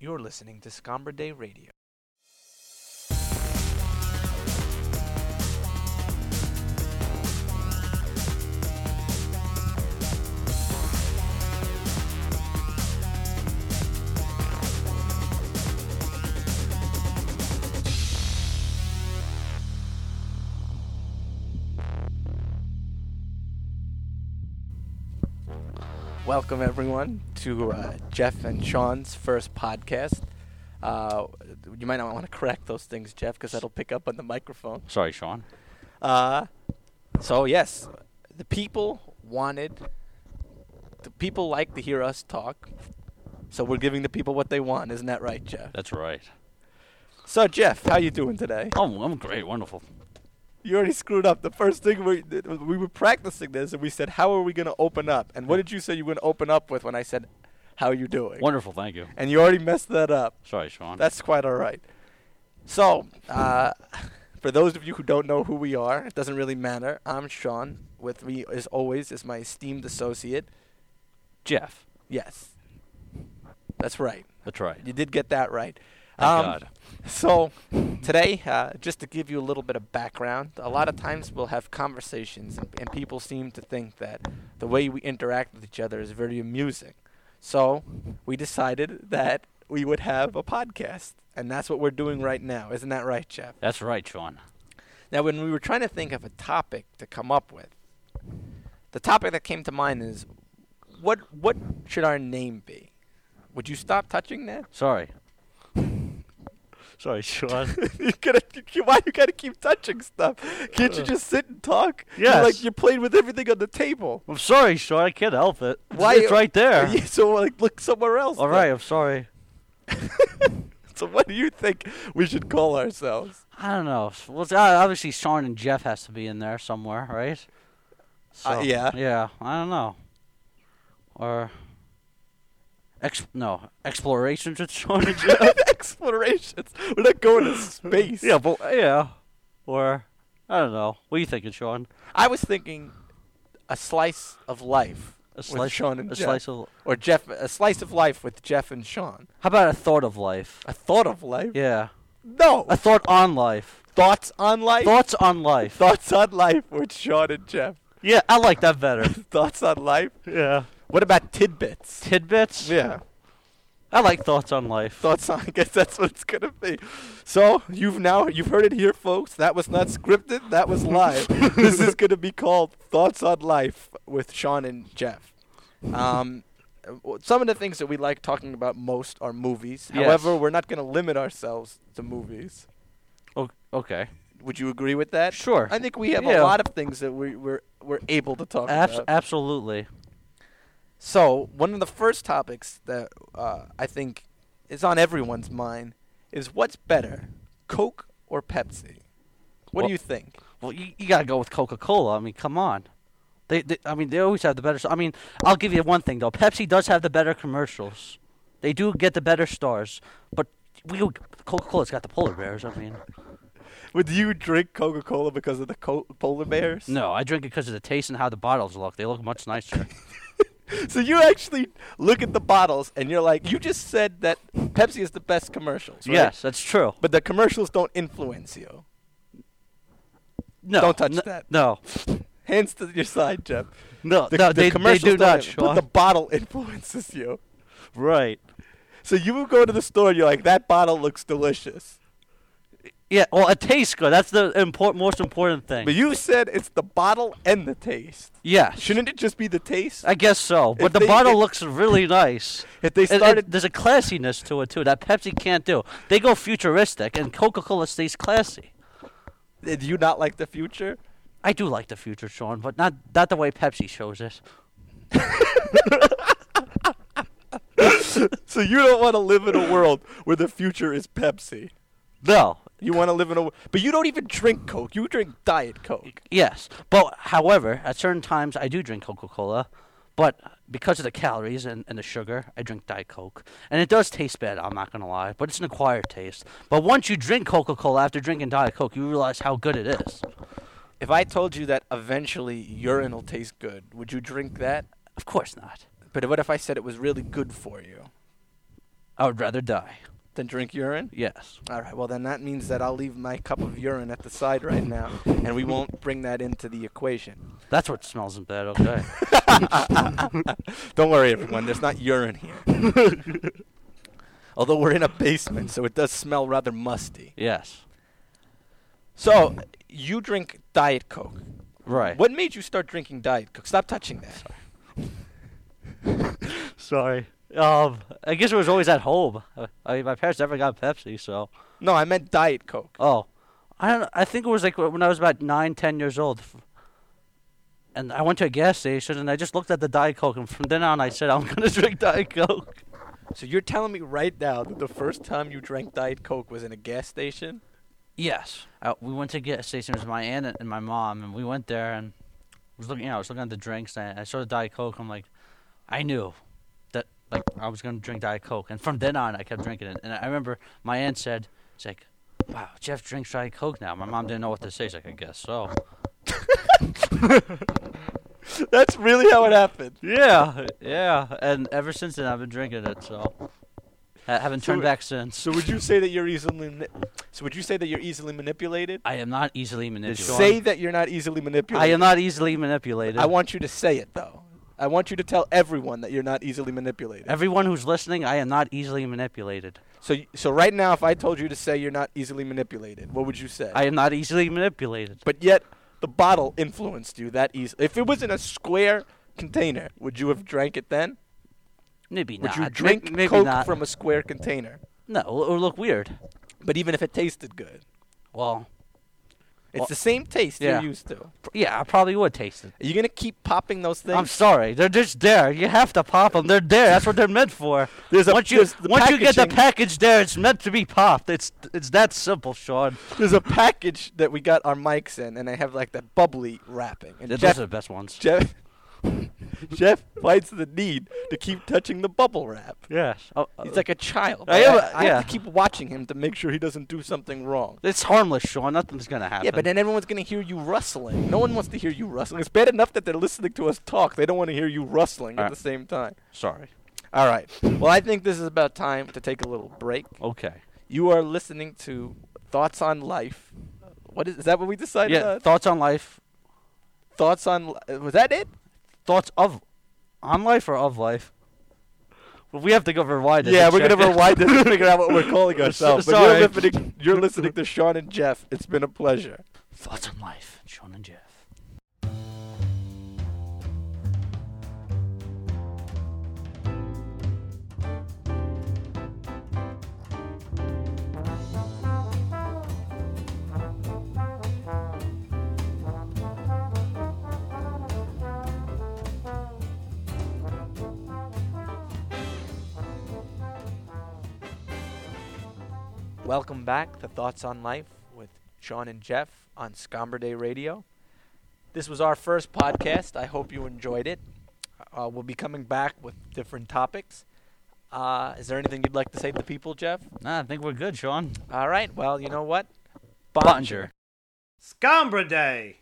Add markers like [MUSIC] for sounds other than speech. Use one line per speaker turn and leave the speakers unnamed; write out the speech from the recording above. You're listening to Scomber Day Radio. Welcome everyone to uh, Jeff and Sean's first podcast. Uh, you might not want to correct those things, Jeff, because that'll pick up on the microphone.
Sorry, Sean.
Uh, so yes, the people wanted. The people like to hear us talk, so we're giving the people what they want. Isn't that right, Jeff?
That's right.
So Jeff, how you doing today?
Oh, I'm great. Wonderful.
You already screwed up. The first thing we th- we were practicing this, and we said, "How are we going to open up?" And what did you say you were going to open up with when I said, "How you doing?"
Wonderful. Thank you.
And you already messed that up.
Sorry, Sean.
That's quite all right. So, uh, for those of you who don't know who we are, it doesn't really matter. I'm Sean. With me, as always, is my esteemed associate.
Jeff.
Yes, that's right.
That's right.
You did get that right. Um,
Thank God.
So, today, uh, just to give you a little bit of background, a lot of times we'll have conversations, and, and people seem to think that the way we interact with each other is very amusing. So, we decided that we would have a podcast, and that's what we're doing right now. Isn't that right, Jeff?
That's right, Sean.
Now, when we were trying to think of a topic to come up with, the topic that came to mind is what what should our name be? Would you stop touching that?
[LAUGHS] Sorry. Sorry, Sean.
[LAUGHS] you gotta, you- why you gotta keep touching stuff? Can't you just sit and talk? You're
Uh. Yes.
like you're playing with everything on the table.
I'm sorry, Sean. I can't help it.
Why-
It's right there.
[LAUGHS] Yeah, so like, look somewhere else.
All
then.
right. I'm sorry.
[LAUGHS] So what do you think we should call ourselves?
I don't know. S- Well, it's- uh, obviously, Sean and Jeff has to be in there somewhere, right?
Uh, yeah.
Yeah. I don't know. Or. Ex- no explorations with Sean and Jeff.
[LAUGHS] Explorations. We're not going to space.
[LAUGHS] yeah, but yeah. Or I don't know. What are you thinking, Sean?
I was thinking a slice of life
A slice,
Sean and
a
Jeff.
slice of.
or Jeff a slice of life with Jeff and Sean.
How about a thought of life?
A thought of life?
Yeah,
No.
a thought on life.
Thoughts on life?
Thoughts on life.
Thoughts on life with Sean and Jeff.
Yeah, I like that better.
[LAUGHS] Thoughts on life?
yeah.
What about tidbits?
Tidbits.
Yeah.
I like thoughts on life.
[LAUGHS] Thoughts on I guess that's what it's gonna be. So you've now you've heard it here folks. That was not scripted, that was
[LAUGHS]
live. this is gonna be called Thoughts on Life with Sean and Jeff. Um uh, w- some of the things that we like talking about most are movies.
Yes.
However, we're not going to limit ourselves to movies.
O- okay.
Would you agree with that?
Sure.
I think we have a
Yeah.
lot of things that we, we're we're able to talk
Abs-
about.
absolutely.
So one of the first topics that uh, I think is on everyone's mind is what's better, Coke or Pepsi? What
Well-
do you think?
Well, you, you gotta go with Coca Cola. I mean, come on. They, they, I mean, they always have the better. s- I mean, I'll give you one thing though. Pepsi does have the better commercials. They do get the better stars, but we Coca Cola's got the polar bears. I mean,
Would you drink Coca Cola because of the co- polar bears?
no, I drink it because of the taste and how the bottles look. They look much nicer.
[LAUGHS] So you actually look at the bottles and you're like, you just said that Pepsi is the best commercials. Right?
Yes, that's true.
But the commercials don't influence you.
No,
Don't touch
n-
that.
No,
Hands to your side, Jeff.
no,
The,
no.
the
they, they
commercials
do
don't
not.
in-
Sean.
But the bottle [LAUGHS] influences you.
right.
So you would go to the store and you're like, that bottle looks delicious.
Yeah. Well, it tastes good. That's the import- most important thing.
But you said it's the bottle and the taste.
yeah.
Shouldn't it just be the taste?
I guess so.
If
But the
they-
bottle
if-
looks really nice.
[LAUGHS] If they
It- it-
started-
there's a classiness to it too that Pepsi can't do. They go futuristic, and Coca-Cola stays classy.
Uh, Do you not like the future?
I do like the future, Sean, but not not the way Pepsi shows it.
[LAUGHS] So you don't want to live in a world where the future is Pepsi.
No.
You want to live in a, but you don't even drink Coke. You drink Diet Coke.
Yes, but however, at certain times I do drink Coca-Cola, but because of the calories and, and the sugar, I drink Diet Coke, and it does taste bad. I'm not gonna lie, but it's an acquired taste. But once you drink Coca-Cola after drinking Diet Coke, you realize how good it is.
If I told you that eventually urine will taste good, would you drink that?
Of course not.
But what if I said it was really good for you?
I would rather die.
Then drink urine?
Yes.
All right. Well, then that means that I'll leave my cup of urine at the side right now, and we won't bring that into the equation.
That's what smells in bed. Okay.
Don't worry, everyone. There's not urine [LAUGHS] here. Although we're in a basement, so it does smell rather musty.
yes.
So, you drink Diet Coke.
Right.
What made you start drinking Diet Coke? Stop touching that.
Sorry. Um, I guess it was always at home. Uh, I, my parents never got Pepsi, so.
No, I meant Diet Coke.
Oh, I don't. I think it was like when I was about nine, ten years old, f- and I went to a gas station and I just looked at the diet coke, and from then on I said I'm gonna [LAUGHS] drink diet coke.
So you're telling me right now that the first time you drank Diet Coke was in a gas station?
Yes, uh, we went to a gas station with my aunt and- and my mom, and we went there and I was looking. You know, I was looking at the drinks and I saw the diet coke. I'm like, I knew that like I was gonna drink diet coke, and from then on I kept drinking it. And I remember my aunt said, "It's like, wow, Jeff drinks diet coke now." My mom didn't know what to say. She's like, "I guess so."
That's really how it happened.
Yeah, yeah. And ever since then, I've been drinking it, so I haven't
So
turned
it-
back since.
So would you say that you're easily mani- So would you say that you're easily manipulated?
I am not easily manipulated.
Say that you're not easily
I
manipulated.
am not easily manipulated.
I want you to say it though. I want you to tell everyone that you're not easily manipulated.
Everyone who's listening, I am not easily manipulated.
so y- so right now if I told you to say you're not easily manipulated, what would you say?
I am not easily manipulated.
but yet the bottle influenced you that easily. If it was in a square container, would you have drank it then?
Maybe
Would
not.
you
May-
drink
maybe
Coke
not.
from a square container?
No, it would look weird.
But even if it tasted good,
Well,
it's
Well,
the same taste
yeah.
you're used to. Are
pr- yeah, I probably would taste it.
you gonna keep popping those things?
I'm sorry. They're just there. You have to pop them. They're there. That's what they're meant for.
There's a-
once you
there's the
once you get the
packaging.
package there, it's meant to be popped. It's it's that simple, Sean.
There's a package that we got our mics in, and they have like that bubbly wrapping. And
Those
Jeff,
are the best ones.
Jeff, [LAUGHS] Jeff finds the need to keep touching the bubble wrap.
Yes. Oh,
He's
uh,
like a child.
I am a-
I have to
yeah.
keep watching him to make sure he doesn't do something wrong.
it's harmless, Sean. Nothing's gonna happen.
Yeah, but then everyone's gonna hear you rustling. No one wants to hear you rustling. It's bad enough that they're listening to us talk. They don't want to hear you rustling at
Alright.
the same time.
sorry.
All right. Well, I think this is about time to take a little break.
Okay.
You are listening to Thoughts on Life. What is, is that? What we decided?
yeah.
on?
Thoughts on life.
Thoughts on Li- was that it?
Thoughts of, on life or of life. Well, we have to go rewind it.
yeah,
and
we're
check
gonna
it.
rewind this and figure out [LAUGHS] what we're calling
So-
ourselves. But
sorry.
you're listening, [LAUGHS] you're listening to Sean and Jeff. It's been a pleasure.
Thoughts on life. Sean and Jeff.
Welcome back to Thoughts on Life with Sean and Jeff on Scomber Day Radio. This was our first podcast. I hope you enjoyed it. Uh, we'll be coming back with different topics. Uh, is there anything you'd like to say to the people, Jeff?
Nah, I think we're good, Sean.
All right. Well, you know what?
Bonjour.
Scombra Day!